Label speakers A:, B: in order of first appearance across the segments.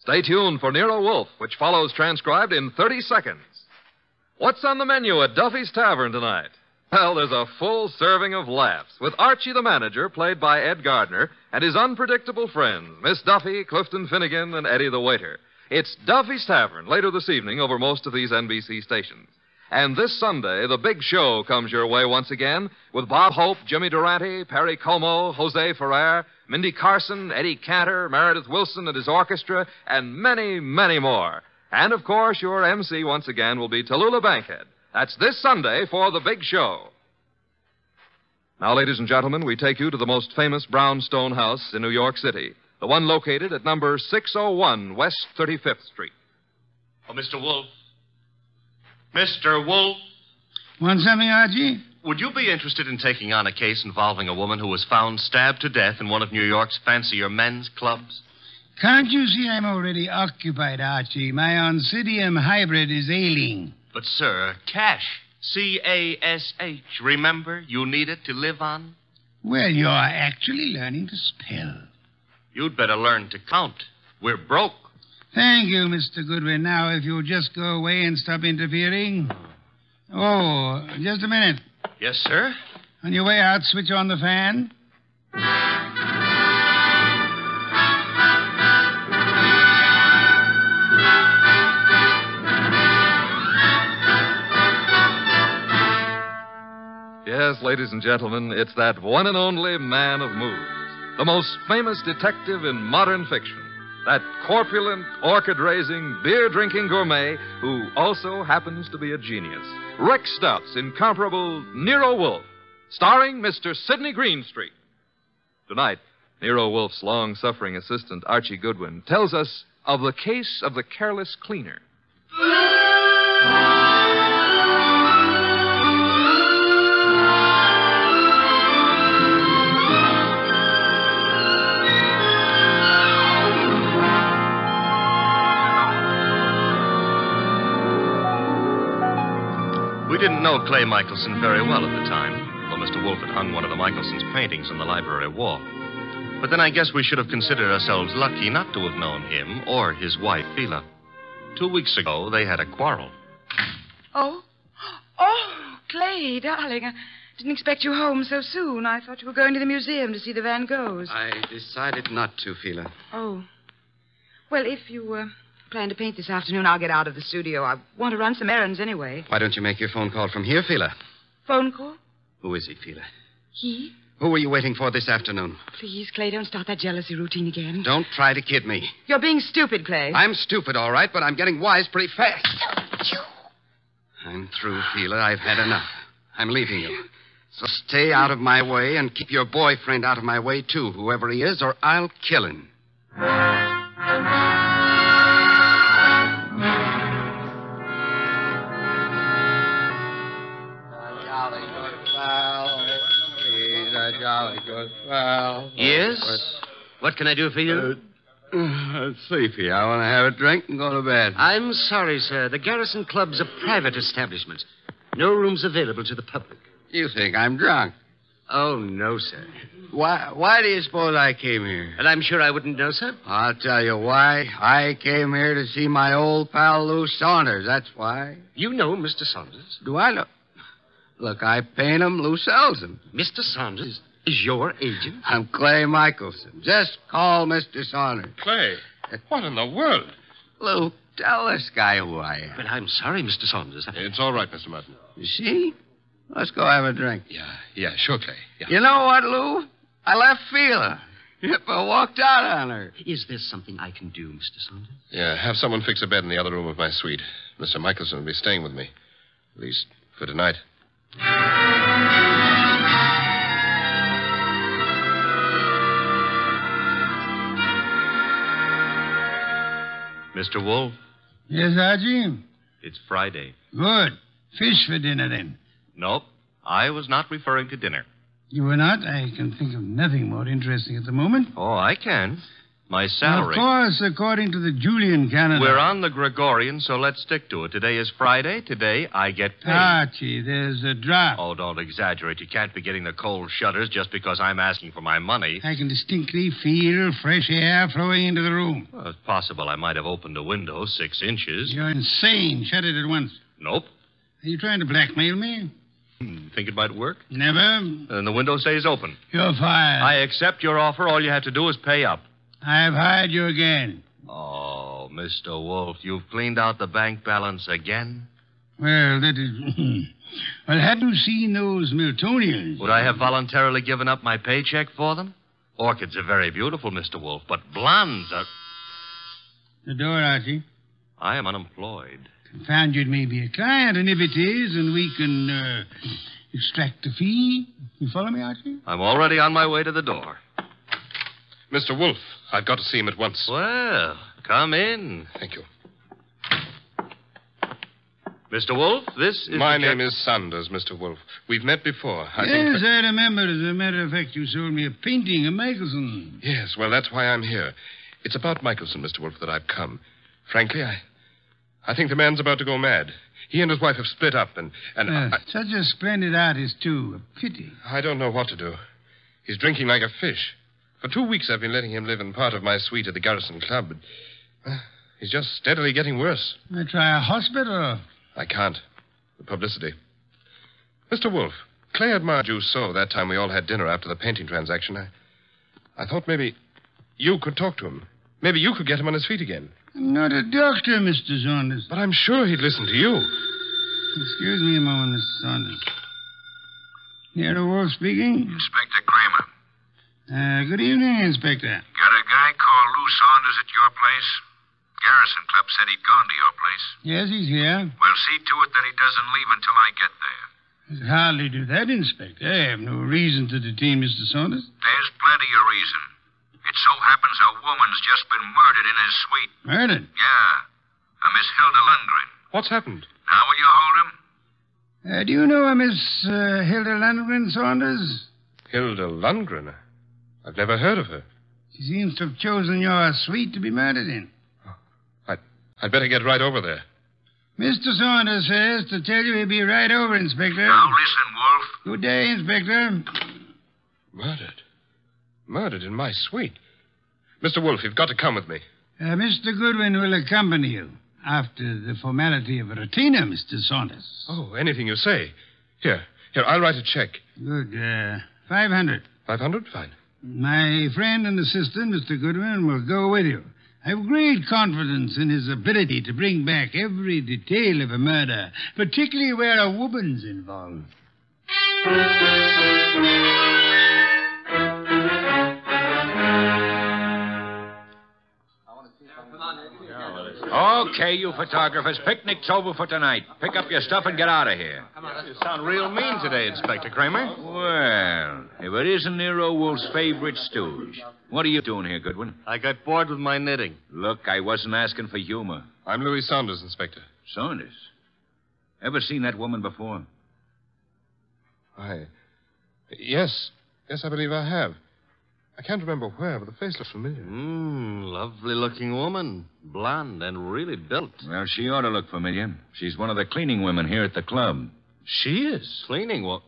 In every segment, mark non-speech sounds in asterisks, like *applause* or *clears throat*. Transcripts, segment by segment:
A: Stay tuned for Nero Wolf, which follows transcribed in 30 seconds. What's on the menu at Duffy's Tavern tonight? Well, there's a full serving of laughs with Archie the manager, played by Ed Gardner, and his unpredictable friends, Miss Duffy, Clifton Finnegan, and Eddie the waiter. It's Duffy's Tavern later this evening over most of these NBC stations. And this Sunday, the big show comes your way once again with Bob Hope, Jimmy Durante, Perry Como, Jose Ferrer, Mindy Carson, Eddie Cantor, Meredith Wilson and his orchestra, and many, many more. And of course, your MC once again will be Tallulah Bankhead. That's this Sunday for the big show. Now, ladies and gentlemen, we take you to the most famous brownstone house in New York City, the one located at number 601 West 35th Street.
B: Oh, Mr. Wolf. Mr. Wolf,
C: Want something, Archie?
B: would you be interested in taking on a case involving a woman who was found stabbed to death in one of New York's fancier men's clubs?
C: Can't you see I'm already occupied, Archie? My Oncidium hybrid is ailing.
B: But, sir, cash. C A S H. Remember, you need it to live on.
C: Well, you're actually learning to spell.
B: You'd better learn to count. We're broke.
C: Thank you, Mr. Goodwin. Now, if you'll just go away and stop interfering. Oh, just a minute.
B: Yes, sir?
C: On your way out, switch on the fan.
A: Yes, ladies and gentlemen, it's that one and only man of moves, the most famous detective in modern fiction, that corpulent, orchid raising, beer drinking gourmet who also happens to be a genius. Rex Stuff's incomparable Nero Wolf, starring Mr. Sidney Greenstreet. Tonight, Nero Wolf's long suffering assistant, Archie Goodwin, tells us of the case of the careless cleaner.
B: We didn't know Clay Michelson very well at the time, though Mr. Wolf had hung one of the Michelson's paintings on the library wall. But then I guess we should have considered ourselves lucky not to have known him or his wife, Phila. Two weeks ago, they had a quarrel.
D: Oh? Oh, Clay, darling. I didn't expect you home so soon. I thought you were going to the museum to see the Van Goghs.
E: I decided not to, Fila.
D: Oh. Well, if you uh, plan to paint this afternoon, I'll get out of the studio. I want to run some errands anyway.
E: Why don't you make your phone call from here, Fila?
D: Phone call?
E: Who is he, Fila?
D: He?
E: Who were you waiting for this afternoon?
D: Please, Clay, don't start that jealousy routine again.
E: Don't try to kid me.
D: You're being stupid, Clay.
E: I'm stupid, all right, but I'm getting wise pretty fast. I'm through, Fila. I've had enough. I'm leaving you. So stay out of my way and keep your boyfriend out of my way, too, whoever he is, or I'll kill him.
C: Jolly good fellow. He's a jolly good fellow.
E: Yes? What can I do for you?
C: Uh, sleepy. I want to have a drink and go to bed.
E: I'm sorry, sir. The Garrison Club's a private establishment. No rooms available to the public.
C: You think I'm drunk?
E: Oh, no, sir.
C: Why? Why do you suppose I came here?
E: And I'm sure I wouldn't know, sir.
C: I'll tell you why. I came here to see my old pal Lou Saunders. That's why.
E: You know Mr. Saunders.
C: Do I know? Look, I paint 'em, Lou sells 'em.
E: Mr. Saunders is your agent.
C: I'm Clay Michelson. Just call Mr. Saunders.
F: Clay, what in the world?
C: Lou, tell this guy who I am.
E: But I'm sorry, Mr. Saunders.
F: It's all right, Mr. Martin.
C: You see? Let's go have a drink.
F: Yeah, yeah, sure, Clay. Yeah.
C: You know what, Lou? I left Fila. Yep, I walked out on her.
E: Is there something I can do, Mr. Saunders?
F: yeah, have someone fix a bed in the other room of my suite. Mr. Michelson will be staying with me, at least for tonight.
B: Mr. Wolf,
C: Yes, Archie?
B: it's Friday.
C: Good. Fish for dinner, then.
B: Nope, I was not referring to dinner.
C: You were not? I can think of nothing more interesting at the moment.
B: Oh, I can. My
C: Of
B: salary.
C: course, according to the Julian calendar.
B: We're on the Gregorian, so let's stick to it. Today is Friday. Today I get paid.
C: Archie, there's a drop.
B: Oh, don't exaggerate. You can't be getting the cold shudders just because I'm asking for my money.
C: I can distinctly feel fresh air flowing into the room.
B: Well, it's possible I might have opened a window six inches.
C: You're insane. Shut it at once.
B: Nope.
C: Are you trying to blackmail me?
B: Hmm, Think it might work?
C: Never.
B: Then the window stays open.
C: You're fired.
B: I accept your offer. All you have to do is pay up.
C: I've hired you again.
B: Oh, Mr. Wolf, you've cleaned out the bank balance again?
C: Well, that is. *laughs* well, had you seen those Miltonians?
B: Would I have voluntarily given up my paycheck for them? Orchids are very beautiful, Mr. Wolf, but blondes are.
C: The door, Archie.
B: I am unemployed.
C: Confound you, it may be a client, and if it is, and we can uh, extract the fee. You follow me, Archie?
B: I'm already on my way to the door.
F: Mr. Wolf, I've got to see him at once.
B: Well, come
E: Hmm,
B: in.
F: Thank you.
B: Mr. Wolf, this is.
F: My
B: the
F: name
B: check-
F: is Sanders, Mr. Wolf. We've met before. I
C: yes,
F: think that-
C: I remember. As a matter of fact, you sold me a painting of Michelson.
F: Yes, well, that's why I'm here. It's about Michelson, Mr. Wolf, that I've come. Frankly, I. I think the man's about to go mad. He and his wife have split up, and. and
C: Uh,
F: I-
C: such a splendid artist, too. A pity.
F: I don't know what to do. He's drinking like a fish. For two weeks I've been letting him live in part of my suite at the Garrison Club, but uh, he's just steadily getting worse.
C: I try a hospital.
F: I can't. The publicity. Mr. Wolf, Clay admired you so that time we all had dinner after the painting transaction. I, I thought maybe you could talk to him. Maybe you could get him on his feet again.
C: I'm not a doctor, Mr. Saunders.
F: But I'm sure he'd listen to you.
C: Excuse me a moment, Mr. Saunders. Nero Wolf speaking.
G: Inspector Kramer,
C: Uh, good evening, Inspector.
G: got a guy called Lou Saunders at your place? Garrison Club said he'd gone to your place.
C: Yes, he's here.
G: Well, see to it that he doesn't leave until I get there.
C: I could hardly do that, Inspector. I have no reason to detain Mr. Saunders.
G: There's plenty of reason. It so happens a woman's just been murdered in his suite.
C: Murdered.
G: Yeah, a Miss Hilda Lundgren.
F: What's happened?
G: Now will you hold him?
C: Uh, do you know a Miss uh, Hilda Lundgren Saunders?
F: Hilda Lundgren. I've never heard of her.
C: She seems to have chosen your suite to be murdered in.
F: I'd better get right over there.
C: Mr. Saunders says to tell you he'll be right over, Inspector.
G: Now listen, Wolf.
C: Good day, Inspector.
F: Murdered? Murdered in my suite? Mr. Wolf, you've got to come with me.
C: Uh, Mr. Goodwin will accompany you after the formality of a retainer, Mr. Saunders.
F: Oh, anything you say. Here, here, I'll write a check.
C: Good. Uh, 500.
F: Five hundred? Fine.
C: My friend and assistant, Mr. Goodwin, will go with you. I have great confidence in his ability to bring back every detail of a murder, particularly where a woman's involved.
G: Okay, you photographers, picnic's over for tonight. Pick up your stuff and get out of here.
B: You sound real mean today, Inspector Kramer.
G: Well, if it isn't Nero Wolf's favorite stooge. What are you doing here, Goodwin?
B: I got bored with my knitting.
G: Look, I wasn't asking for humor.
F: I'm Louis Saunders, Inspector.
G: Saunders. Ever seen that woman before?
F: I. Yes. Yes, I believe I have. I can't remember where, but the face looks familiar.
B: Mmm, lovely looking woman. Blonde and really built.
G: Well, she ought to look familiar. She's one of the cleaning women here at the club.
B: She is. Cleaning what?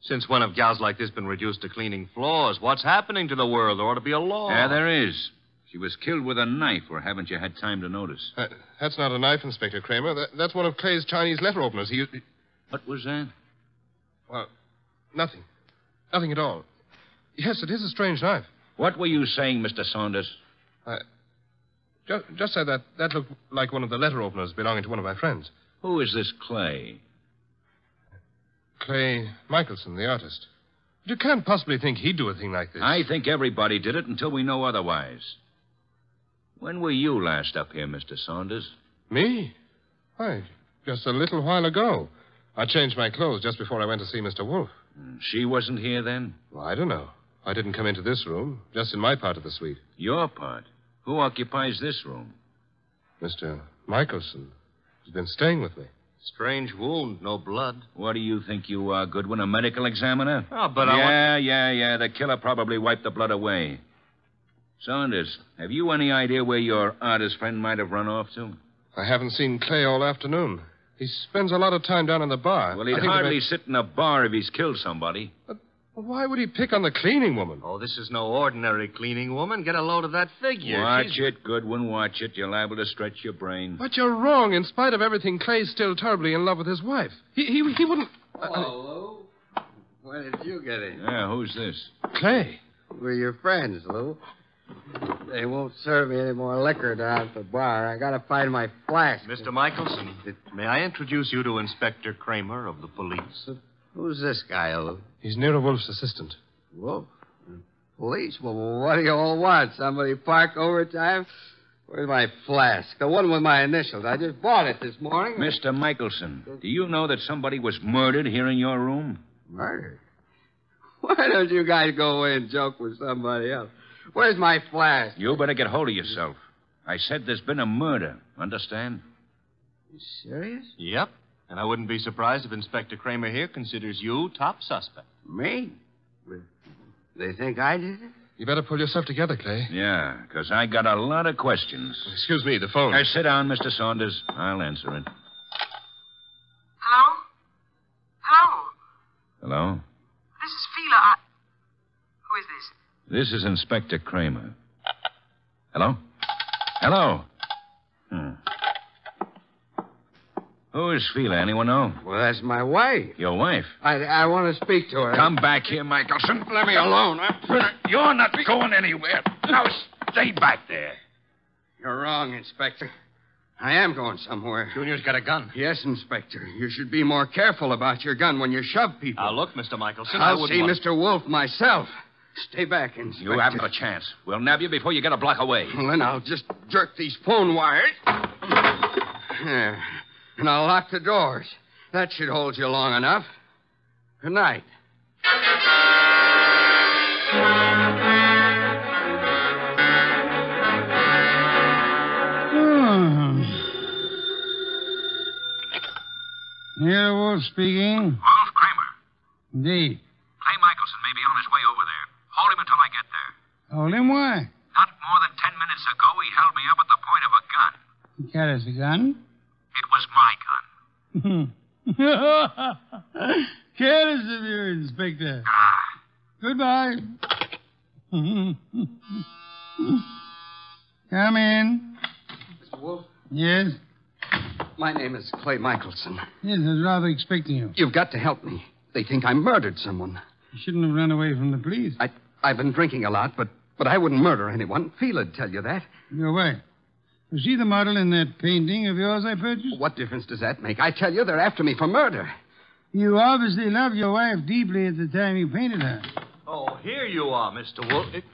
B: Since when have gals like this been reduced to cleaning floors? What's happening to the world? There ought to be a law.
G: Yeah, there is. She was killed with a knife, or haven't you had time to notice?
F: That- Uh, that's not a knife, Inspector Kramer. That, that's one of Clay's Chinese letter openers. He used.
G: What was that?
F: Well, nothing. Nothing at all. Yes, it is a strange knife.
G: What were you saying, Mr. Saunders?
F: Just, just said that that looked like one of the letter openers belonging to one of my friends.
G: Who is this Clay?
F: Clay Michelson, the artist. You can't possibly think he'd do a thing like this.
G: I think everybody did it until we know otherwise. When were you last up here, Mr. Saunders?
F: Me? Why, just a little while ago. I changed my clothes just before I went to see Mr. Wolf.
G: Hmm, She wasn't here then?
F: Well, I don't know. I didn't come into this room, just in my part of the suite.
G: Your part. Who occupies this room?
F: Mr. Michelson has been staying with me.
B: Strange wound, no blood.
G: What do you think you are, Goodwin, a medical examiner?
B: Oh, but
G: yeah,
B: I want.
G: yeah, yeah. The killer probably wiped the blood away. Saunders, have you any idea where your artist friend might have run off to?
F: I haven't seen Clay all afternoon. He spends a lot of time down in the bar.
G: Well,
F: I
G: he'd
F: think the
G: hardly
F: man-
G: sit in a bar if he's killed somebody.
F: Why would he pick on the cleaning woman?
B: Oh, this is no ordinary cleaning woman. Get a load of that figure.
G: watch
B: She's-
G: it, Goodwin. Watch it. You're liable to stretch your brain.
F: But you're wrong. In spite of everything, Clay's still terribly in love with his wife. He, he, he wouldn't.
E: Hello, Lou. When did you get in?
G: Yeah, who's this?
F: Clay.
E: We're your friends, Lou. They won't serve me any more liquor down at the bar. I gotta find my flask.
B: Mr. Michelson, may I introduce you to Inspector Kramer of the police?
E: Who's this guy, Oh. Lou?
F: He's Nero Wolf's assistant.
E: Wolf? Police? Well, what do you all want? Somebody park overtime? Where's my flask? The one with my initials. I just bought it this morning.
G: Mr. Michelson, do you know that somebody was murdered here in your room?
E: Murder. Why don't you guys go away and joke with somebody else? Where's my flask?
G: You better get hold of yourself. I said there's been a murder. Understand?
E: You serious?
B: Yep. And I wouldn't be surprised if Inspector Kramer here considers you top suspect.
E: Me? They think I did it?
F: You better pull yourself together, Clay.
G: Yeah, because I got a lot of questions.
F: Excuse me, the phone.
G: Now, sit down, Mr. Saunders. I'll answer it.
H: Hello? Hello?
G: Hello?
H: This is Fila. I... Who is this?
G: This is Inspector Kramer. Hello? Hello? Hmm. Who is Fila? Anyone know?
E: Well, that's my wife.
G: Your wife.
E: I, I want to speak to her.
G: Come back here, Michelson.
E: Let me alone.
G: You're not going anywhere. Now, stay back there.
E: You're wrong, Inspector. I am going somewhere.
B: Junior's got a gun.
E: Yes, Inspector. You should be more careful about your gun when you shove people.
B: Now, look, Mr. Michelson, I
E: I'll
B: wouldn't
E: see
B: want-
E: Mr. Wolf myself. Stay back, Inspector.
G: You haven't a chance. We'll nab you before you get a block away.
E: *laughs* *clears throat* Well, then I'll just jerk these phone wires. *clears throat* There. And I'll lock the doors. That should hold you long enough. Good night.
G: Ah.
C: Hmm. Nero Wolf speaking.
H: Wolf Kramer.
C: Indeed.
H: Clay Michelson may be on his way over there. Hold him until I get there.
C: Hold him why?
H: Not more than ten minutes ago, he held me up at the point of a gun.
C: He carries a *laughs* gun.
H: It was my gun.
C: Careless of you, Inspector. Goodbye. *laughs* Come in.
E: Mr. Wolf,
C: Yes.
E: my name is Clay Michelson.
C: Yes, I was rather expecting you.
E: You've got to help me. They think I murdered someone.
C: You shouldn't have run away from the police.
E: I, I've been drinking a lot, but, but I wouldn't murder anyone. Fela'd tell you that.
C: Your wife. Was she the model in that painting of yours I purchased?
E: What difference does that make? I tell you, they're after me for murder.
C: You obviously loved your wife deeply at the time you painted her.
B: Oh, here you are, Mr. Wolf. It-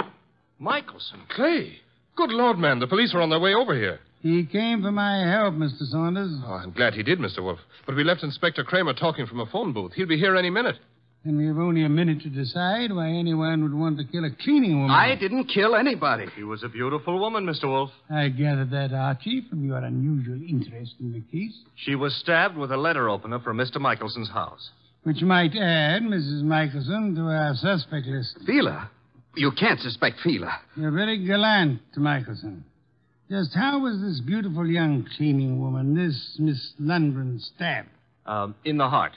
B: Michelson.
F: Clay. Good Lord, man. The police are on their way over here.
C: He came for my help, Mr. Saunders.
F: Oh, I'm glad he did, Mr. Wolf. But we left Inspector Kramer talking from a phone booth. He'll be here any minute.
C: And we have only a minute to decide why anyone would want to kill a cleaning woman.
E: I didn't kill anybody.
B: She was a beautiful woman, Mr. Wolf.
C: I gathered that, Archie, from your unusual interest in the case.
B: She was stabbed with a letter opener from Mr. Michelson's house.
C: Which might add Mrs. Michelson to our suspect list.
E: Fila? You can't suspect Fila.
C: You're very gallant to Michelson. Just how was this beautiful young cleaning woman, this Miss Lundgren, stabbed?
B: Um, in the heart.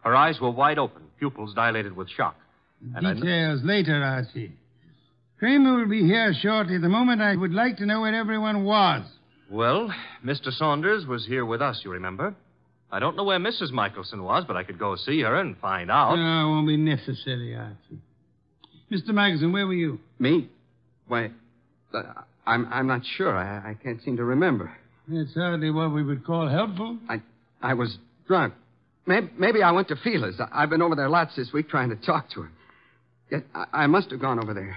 B: Her eyes were wide open, pupils dilated with shock. And I kn-
C: Details later, Archie. Kramer will be here shortly. The moment I would like to know where everyone was.
B: Well, Mr. Saunders was here with us, you remember. I don't know where Mrs. Michelson was, but I could go see her and find out.
C: No, it won't be necessary, Archie. Mr. Michelson, where were you?
E: Me? Why, uh, I'm, I'm not sure. I, I can't seem to remember.
C: That's hardly what we would call helpful.
E: I, I was drunk. Maybe, maybe I went to Fila's. I, I've been over there lots this week trying to talk to her. Yet I, I must have gone over there.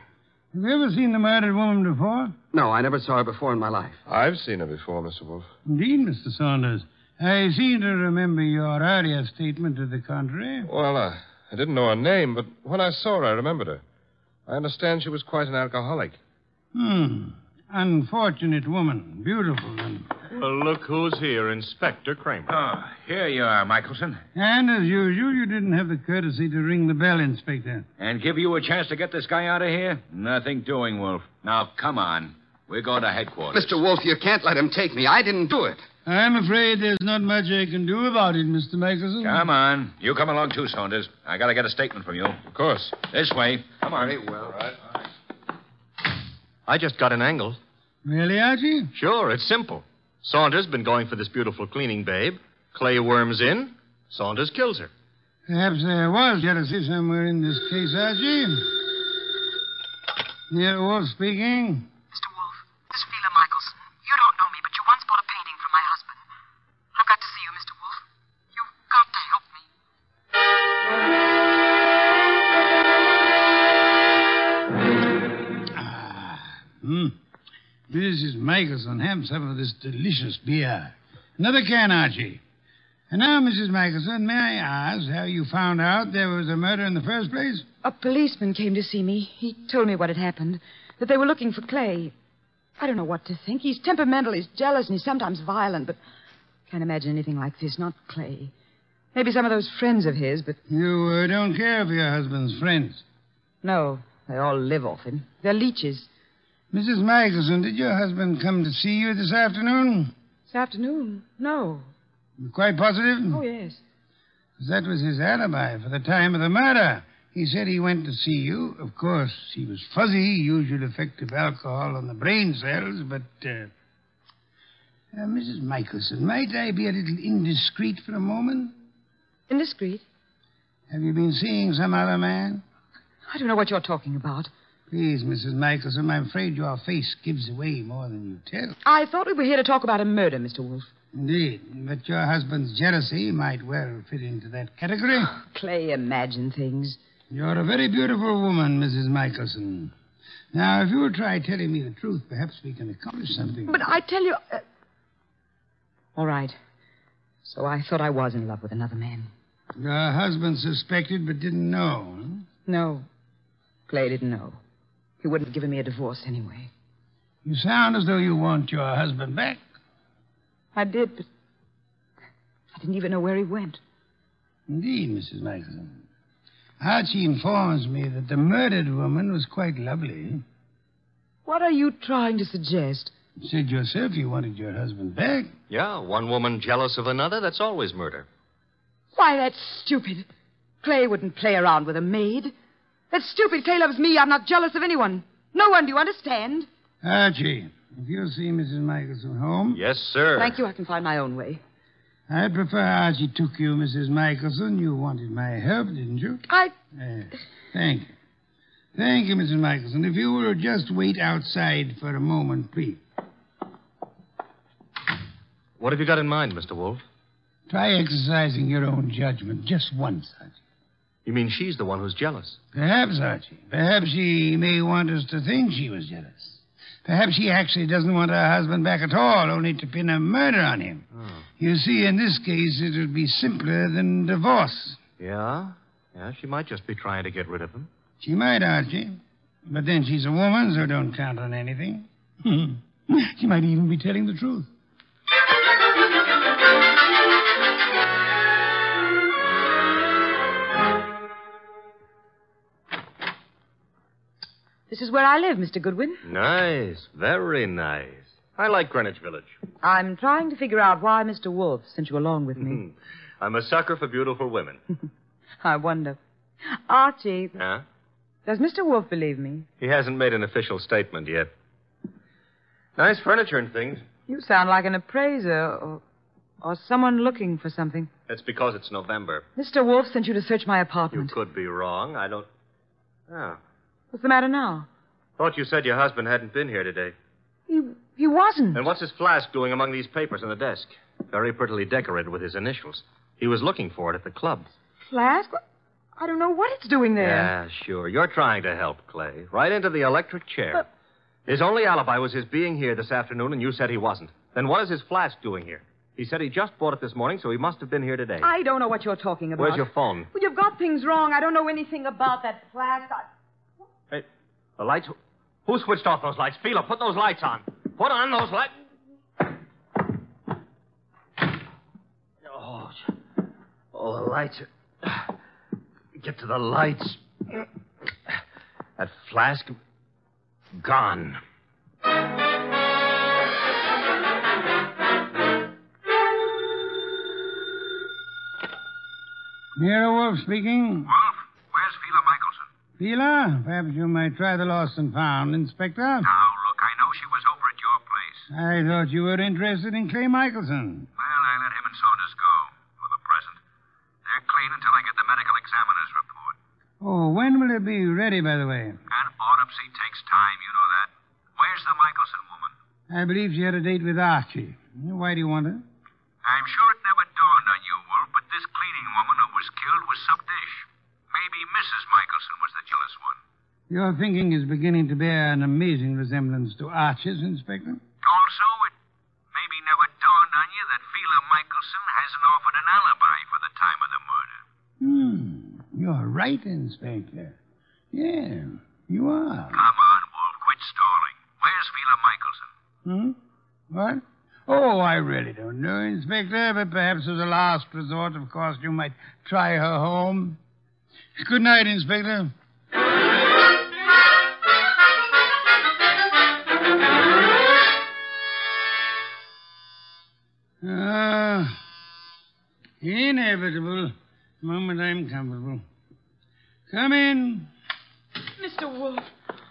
C: Have you ever seen the murdered woman before?
E: No, I never saw her before in my life.
F: I've seen her before, Mr. Wolf.
C: Indeed, Mr. Saunders. I seem to remember your earlier statement to the contrary.
F: Well, uh, I didn't know her name, but when I saw her, I remembered her. I understand she was quite an alcoholic.
C: Hmm. Unfortunate woman. Beautiful and
I: Well, look who's here, Inspector Kramer.
G: Ah, here you are, Michelson.
C: And as usual, you didn't have the courtesy to ring the bell, Inspector.
G: And give you a chance to get this guy out of here? Nothing doing, Wolf. Now, come on. We're going to headquarters.
E: Mr. Wolf, you can't let him take me. I didn't do it.
C: I'm afraid there's not much I can do about it, Mr. Michelson.
G: Come on. You come along too, Saunders. I gotta get a statement from you.
F: Of course.
G: This way. Come on.
E: well.
B: I just got an angle.
C: Really, Archie?
B: Sure, it's simple. Saunders been going for this beautiful cleaning babe. Clay worms in. Saunders kills her.
C: Perhaps there was jealousy somewhere in this case, Archie. Yeah, Wolf speaking.
J: Mr. Wolf, this is Phila Michelson. You don't know me, but you once bought a painting from my husband. I've got to see you, Mr. Wolf. You've got to help me.
C: Hmm. Mrs. Michelson, have some of this delicious beer. Another can, Archie. And now, Mrs. Michelson, may I ask how you found out there was a murder in the first place?
D: A policeman came to see me. He told me what had happened, that they were looking for Clay. I don't know what to think. He's temperamental, he's jealous, and he's sometimes violent, but can't imagine anything like this. Not Clay. Maybe some of those friends of his, but
C: You uh, don't care for your husband's friends.
D: no, they all live off him. They're leeches.
C: Mrs. Michelson, did your husband come to see you this afternoon?
D: This afternoon? No.
C: You're Quite positive?
D: Oh, yes.
C: That was his alibi for the time of the murder. He said he went to see you. Of course, he was fuzzy, usual effect of alcohol on the brain cells, but. Uh, uh, Mrs. Michelson, might I be a little indiscreet for a moment?
D: Indiscreet?
C: Have you been seeing some other man?
D: I don't know what you're talking about.
C: Please, Mrs. Michelson, I'm afraid your face gives away more than you tell.
D: I thought we were here to talk about a murder, Mr. Wolf.
C: Indeed, but your husband's jealousy might well fit into that category.
D: Ah, Clay imagine things.
C: You're a very beautiful woman, Mrs. Michelson. Now, if you'll try telling me the truth, perhaps we can accomplish something.
D: But I tell you. Uh... All right. So I thought I was in love with another man.
C: Your husband suspected but didn't know. huh?
D: No. Clay didn't know. He wouldn't have given me a divorce anyway.
C: You sound as though you want your husband back.
D: I did, but I didn't even know where he went.
C: Indeed, Mrs. Michelson. Archie informs me that the murdered woman was quite lovely.
D: What are you trying to suggest?
C: You said yourself you wanted your husband back.
B: Yeah, one woman jealous of another, that's always murder.
D: Why, that's stupid. Clay wouldn't play around with a maid. That's stupid. Clay loves me. I'm not jealous of anyone. No one, do you understand?
C: Archie, if you'll see Mrs. Michelson home,
B: Yes, sir.
D: Thank you. I can find my own way.
C: I'd prefer Archie took you, Mrs. Michelson. You wanted my help, didn't you?
D: I.
C: Uh, thank you. Thank you, Mrs. Michelson. If you will just wait outside for a moment, please.
B: What have you got in mind, Mr. Wolf?
C: Try exercising your own judgment just once, Archie.
B: You mean she's the one who's jealous?
C: Perhaps, Archie. Perhaps she may want us to think she was jealous. Perhaps she actually doesn't want her husband back at all, only to pin a murder on him.
B: Oh.
C: You see, in this case, it would be simpler than divorce.
B: Yeah? Yeah, she might just be trying to get rid of him.
C: She might, Archie. But then she's a woman, so don't count on anything. Hmm. *laughs* she might even be telling the truth.
D: This is where I live, Mr. Goodwin.
B: Nice. Very nice. I like Greenwich Village.
D: I'm trying to figure out why Mr. Wolf sent you along with me.
B: I'm a sucker for beautiful women.
D: *laughs* I wonder. Archie,
B: Huh?
D: does Mr. Wolf believe me?
B: He hasn't made an official statement yet. Nice furniture and things.
D: You sound like an appraiser or, or someone looking for something.
B: That's because it's November.
D: Mr. Wolf sent you to search my
B: You
D: apartment.
B: could be wrong. I don't. Ah.
D: What's the matter now?
B: Thought you said your husband hadn't been here today.
D: He, he wasn't.
B: And what's his flask doing among these papers on the desk? Very prettily decorated with his initials. He was looking for it at the club.
D: Flask? I don't know what it's doing there.
B: Yeah, sure. You're trying to help, Clay. Right into the electric chair. His only alibi was his being here this afternoon, and you said he wasn't. Then what is his flask doing here? He said he just bought it this morning, so he must have been here today.
D: I don't know what you're talking about.
B: Where's your phone?
D: Well, you've got things wrong. I don't know anything about that flask. I...
B: Hey, the lights. Who switched off those lights? Fila, put those lights on. Put on those lights.
K: Oh, the lights. are- *sighs* Get to the lights. That flask. Gone.
C: Nero Wolf speaking.
H: Wolf, where's Fila Michelson?
C: Fila, perhaps you might try the lost and found, Inspector.
H: Now, look, I know she was over at your place.
C: I thought you were interested in Clay Uh, Michelson.
H: Well, I let him and Saunders go for the present. They're clean until I get the medical examiner's report.
C: Oh, when will it be ready, by the way?
H: An autopsy takes time, you know that. Where's the Michelson woman?
C: I believe she had a date with Archie. Why do you want her?
H: I'm sure it never dawned on you, Wolf, but this cleaning woman who was killed was some dish. Maybe Mrs. Michelson was the jealous one.
C: Your thinking is beginning to bear an amazing resemblance to Archie's, Inspector.
H: Also, it maybe never dawned on you that Fila Michelson hasn't offered an alibi for the time of the murder.
C: Hmm. You're right, Inspector. Yeah, you are.
H: Come on, Wolf, quit stalling. Where's Fila Michelson?
C: Hmm? What? Oh, I really don't know, Inspector, but perhaps as a last resort, of course, you might try her home. Good night, Inspector. Ah, inevitable. Moment I'm comfortable. Come in.
D: Mr. Wolf.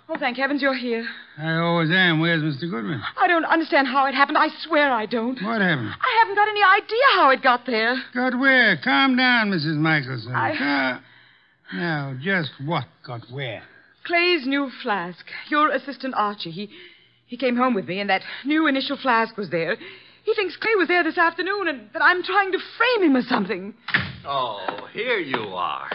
D: Oh, thank heavens you're here.
C: I always am. Where's Mr. Goodwin?
D: I don't understand how it happened. I swear I don't.
C: What happened?
D: I haven't got any idea how it got there.
C: Got where? Calm down, Mrs. Michelson.
D: I-
C: Cal- Now, just what got where?
D: Clay's new flask. Your assistant Archie. He he came home with me, and that new initial flask was there. He thinks Clay was there this afternoon, and that I'm trying to frame him or something.
B: Oh, here you are.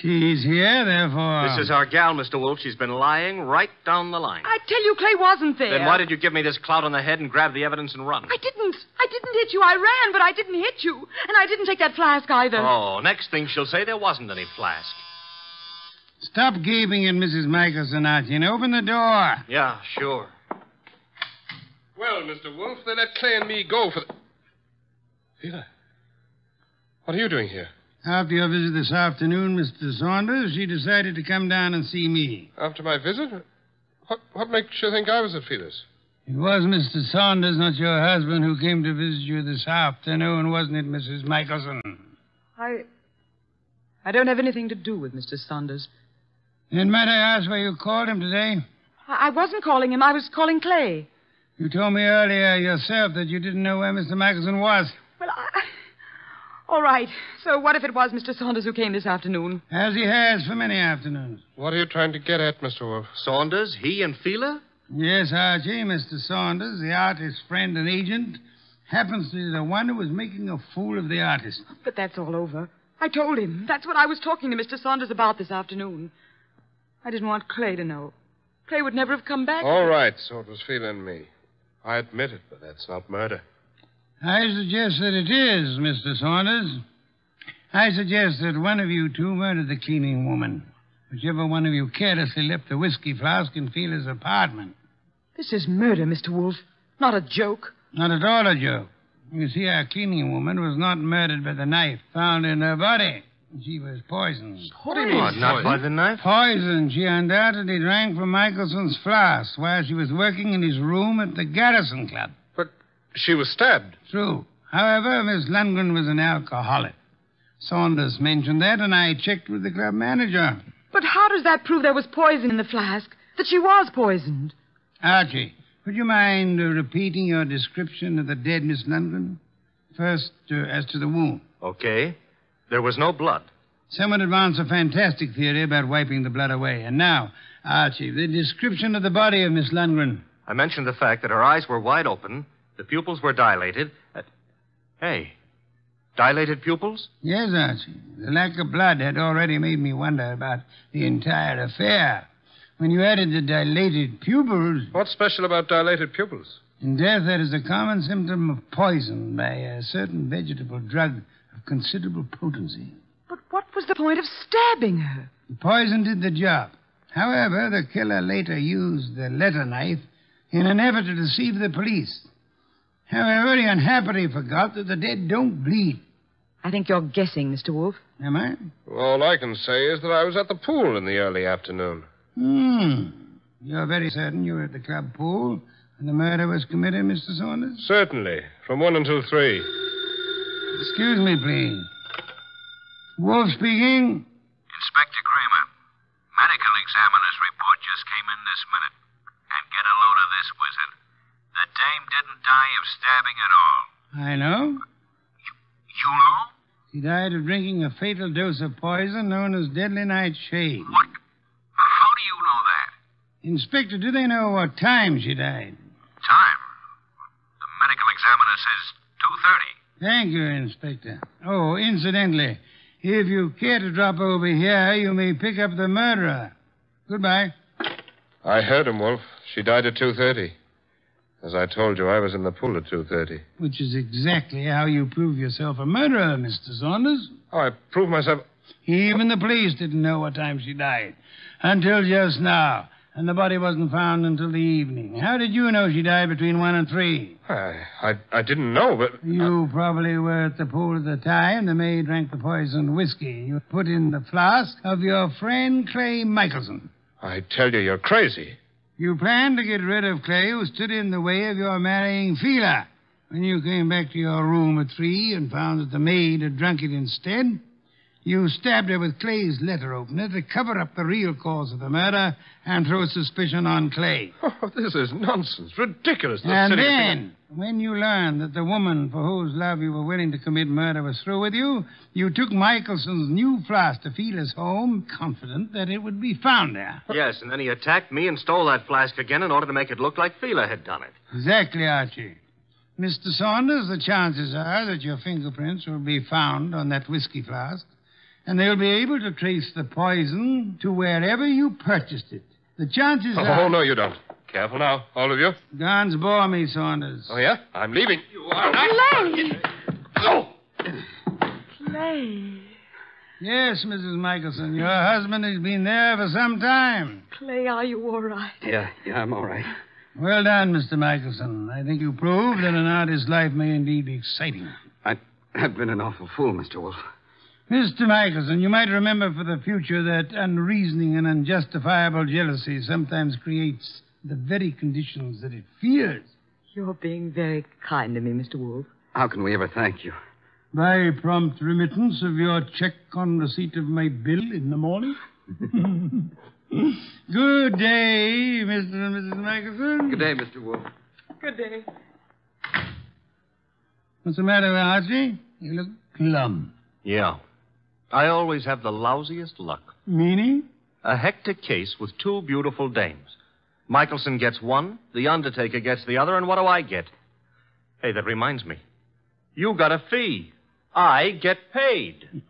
C: She's here, therefore.
B: This is our gal, Mr. Wolf. She's been lying right down the line.
D: I tell you, Clay wasn't there.
B: Then why did you give me this clout on the head and grab the evidence and run?
D: I didn't. I didn't hit you. I ran, but I didn't hit you, and I didn't take that flask either.
B: Oh, next thing she'll say there wasn't any flask.
C: Stop gaping at Mrs. Michelson, Archie, and open the door.
B: Yeah, Ah, sure.
F: Well, Mr. Wolf, they let Clay and me go for the. Fila. What are you doing here?
C: After your visit this afternoon, Mr. Saunders, she decided to come down and see me.
F: After my visit? What, what makes you think I was at Fila's?
C: It was Mr. Saunders, not your husband, who came to visit you this afternoon, wasn't it, Mrs. Michelson?
D: I. I don't have anything to do with Mr. Saunders.
C: And might I ask why you called him today?
D: I, I wasn't calling him. I was calling Clay.
C: You told me earlier yourself that you didn't know where Mr. Michelson was.
D: Well, I. All right. So what if it was Mr. Saunders who came this afternoon?
C: As he has for many afternoons.
F: What are you trying to get at, Mr. Wolf?
B: Saunders, he and Fila?
C: Yes, Archie, Mr. Saunders, the artist's friend and agent, happens to be the one who was making a fool of the artist.
D: But that's all over. I told him. That's what I was talking to Mr. Saunders about this afternoon. I didn't want Clay to know. Clay would never have come back.
F: All right, so it was Fila and me. I admit it, but that's not murder.
C: I suggest that it is, Mr. Saunders. I suggest that one of you two murdered the cleaning woman. Whichever one of you carelessly left the whiskey flask in Feeler's apartment.
D: This is murder, Mr. Wolf. Not a joke.
C: Not at all a joke. You see, our cleaning woman was not murdered by the knife found in her body. She was poisoned.
B: What, not by the knife?
C: Poison. She undoubtedly drank from Michelson's flask while she was working in his room at the Garrison Club.
F: She was stabbed.
C: True. However, Miss Lundgren was an alcoholic. Saunders mentioned that, and I checked with the club manager.
D: But how does that prove there was poison in the flask? That she was poisoned?
C: Archie, would you mind uh, repeating your description of the dead Miss Lundgren? First, uh, as to the wound.
B: Okay. There was no blood.
C: Someone advanced a fantastic theory about wiping the blood away. And now, Archie, the description of the body of Miss Lundgren.
B: I mentioned the fact that her eyes were wide open, the pupils were dilated. Uh, hey, dilated pupils?
C: Yes, Archie. The lack of blood had already made me wonder about the entire affair. When you added the dilated pupils.
F: What's special about dilated pupils?
C: In death, that is a common symptom of poison by a certain vegetable drug of considerable potency.
D: But what was the point of stabbing her?
C: The poison did the job. However, the killer later used the letter knife in an effort to deceive the police. However, he unhappily forgot that the dead don't bleed.
D: I think you're guessing, Mr. Wolfe.
C: Am I?
F: All I can say is that I was at the pool in the early afternoon.
C: Hmm. You're very certain you were at the club pool when the murder was committed, Mr. Saunders?
F: Certainly, from one until three.
C: Excuse me, please. Wolf speaking.
H: Inspector Kramer, medical examiner's report just came in this minute. And get a load of this, wizard. The dame didn't die of stabbing at all.
C: I know.
H: You know?
C: She died of drinking a fatal dose of poison known as deadly nightshade.
H: What? How do you know that?
C: Inspector, do they know what time she died?
H: Time? The medical examiner says 2.30.
C: Thank you, Inspector. Oh, incidentally, if you care to drop over here, you may pick up the murderer. Goodbye.
F: I heard him, Wolf. She died at 2.30. As I told you, I was in the pool at 2.30.
C: Which is exactly how you prove yourself a murderer, Mr. Saunders.
F: Oh, I proved myself...
C: Even the police didn't know what time she died. Until just now. And the body wasn't found until the evening. How did you know she died between one and three?
F: I, I, I didn't know, but...
C: You probably were at the pool at the time the maid drank the poisoned whiskey you put in the flask of your friend Clay Michelson.
F: I tell you, you're crazy.
C: You planned to get rid of Clay, who stood in the way of your marrying Fila. When you came back to your room at three and found that the maid had drunk it instead, you stabbed her with Clay's letter opener to cover up the real cause of the murder and throw suspicion on Clay.
F: Oh, this is nonsense. Ridiculous. The
C: and
F: silly thing-
C: then, when you learned that the woman for whose love you were willing to commit murder was through with you, you took Michelson's new flask to Fila's home, confident that it would be found there.
K: Yes, and then he attacked me and stole that flask again in order to make it look like Fila had done it.
C: Exactly, Archie. Mr. Saunders, the chances are that your fingerprints will be found on that whiskey flask, and they'll be able to trace the poison to wherever you purchased it. The chances
F: Oh,
C: are.
F: no, you don't. Careful now, all of you.
C: Guns bore me, Saunders.
F: Oh, yeah? I'm leaving. You are
D: Clay!
F: Oh!
D: Clay.
C: Yes, Mrs. Michelson, your husband has been there for some time.
D: Clay, are you all right?
E: Yeah, yeah, I'm all right.
C: Well done, Mr. Michelson. I think you proved that an artist's life may indeed be exciting.
E: I, I've been an awful fool, Mr. Wolf.
C: Mr. Michelson, you might remember for the future that unreasoning and unjustifiable jealousy sometimes creates the very conditions that it fears.
D: You're being very kind to me, Mr. Wolfe.
E: How can we ever thank you?
C: By prompt remittance of your check on receipt of my bill in the morning. *laughs* Good day, Mr. and Mrs. Michelson.
E: Good day, Mr. Wolf.
J: Good day.
C: What's the matter, Archie? You look glum.
B: Yeah. I always have the lousiest luck.
C: Meaning?
B: A hectic case with two beautiful dames. Michelson gets one, the undertaker gets the other, and what do I get? Hey, that reminds me. You got a fee. I get paid.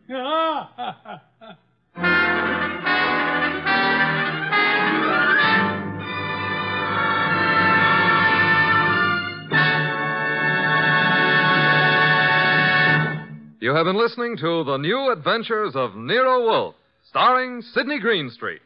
A: You have been listening to The New Adventures of Nero Wolf, starring Sidney Greenstreet.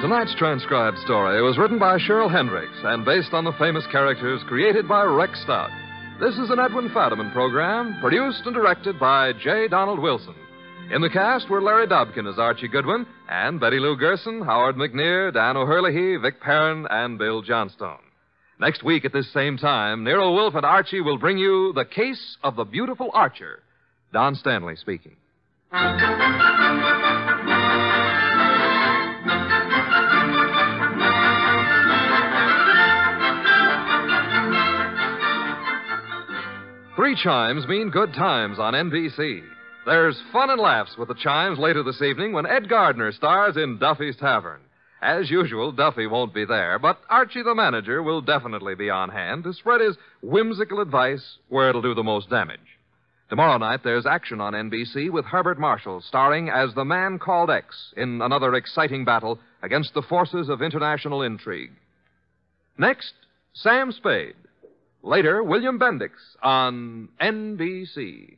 A: Tonight's transcribed story was written by Cheryl Hendricks and based on the famous characters created by Rex Stout. This is an Edwin Fadiman program, produced and directed by J. Donald Wilson. In the cast were Larry Dobkin as Archie Goodwin, and Betty Lou Gerson, Howard McNear, Dan O'Herlihy, Vic Perrin, and Bill Johnstone. Next week at this same time, Nero Wolfe and Archie will bring you The Case of the Beautiful Archer. Don Stanley speaking. Three chimes mean good times on NBC. There's fun and laughs with the chimes later this evening when Ed Gardner stars in Duffy's Tavern. As usual, Duffy won't be there, but Archie the manager will definitely be on hand to spread his whimsical advice where it'll do the most damage. Tomorrow night, there's action on NBC with Herbert Marshall starring as the man called X in another exciting battle against the forces of international intrigue. Next, Sam Spade. Later, William Bendix on NBC.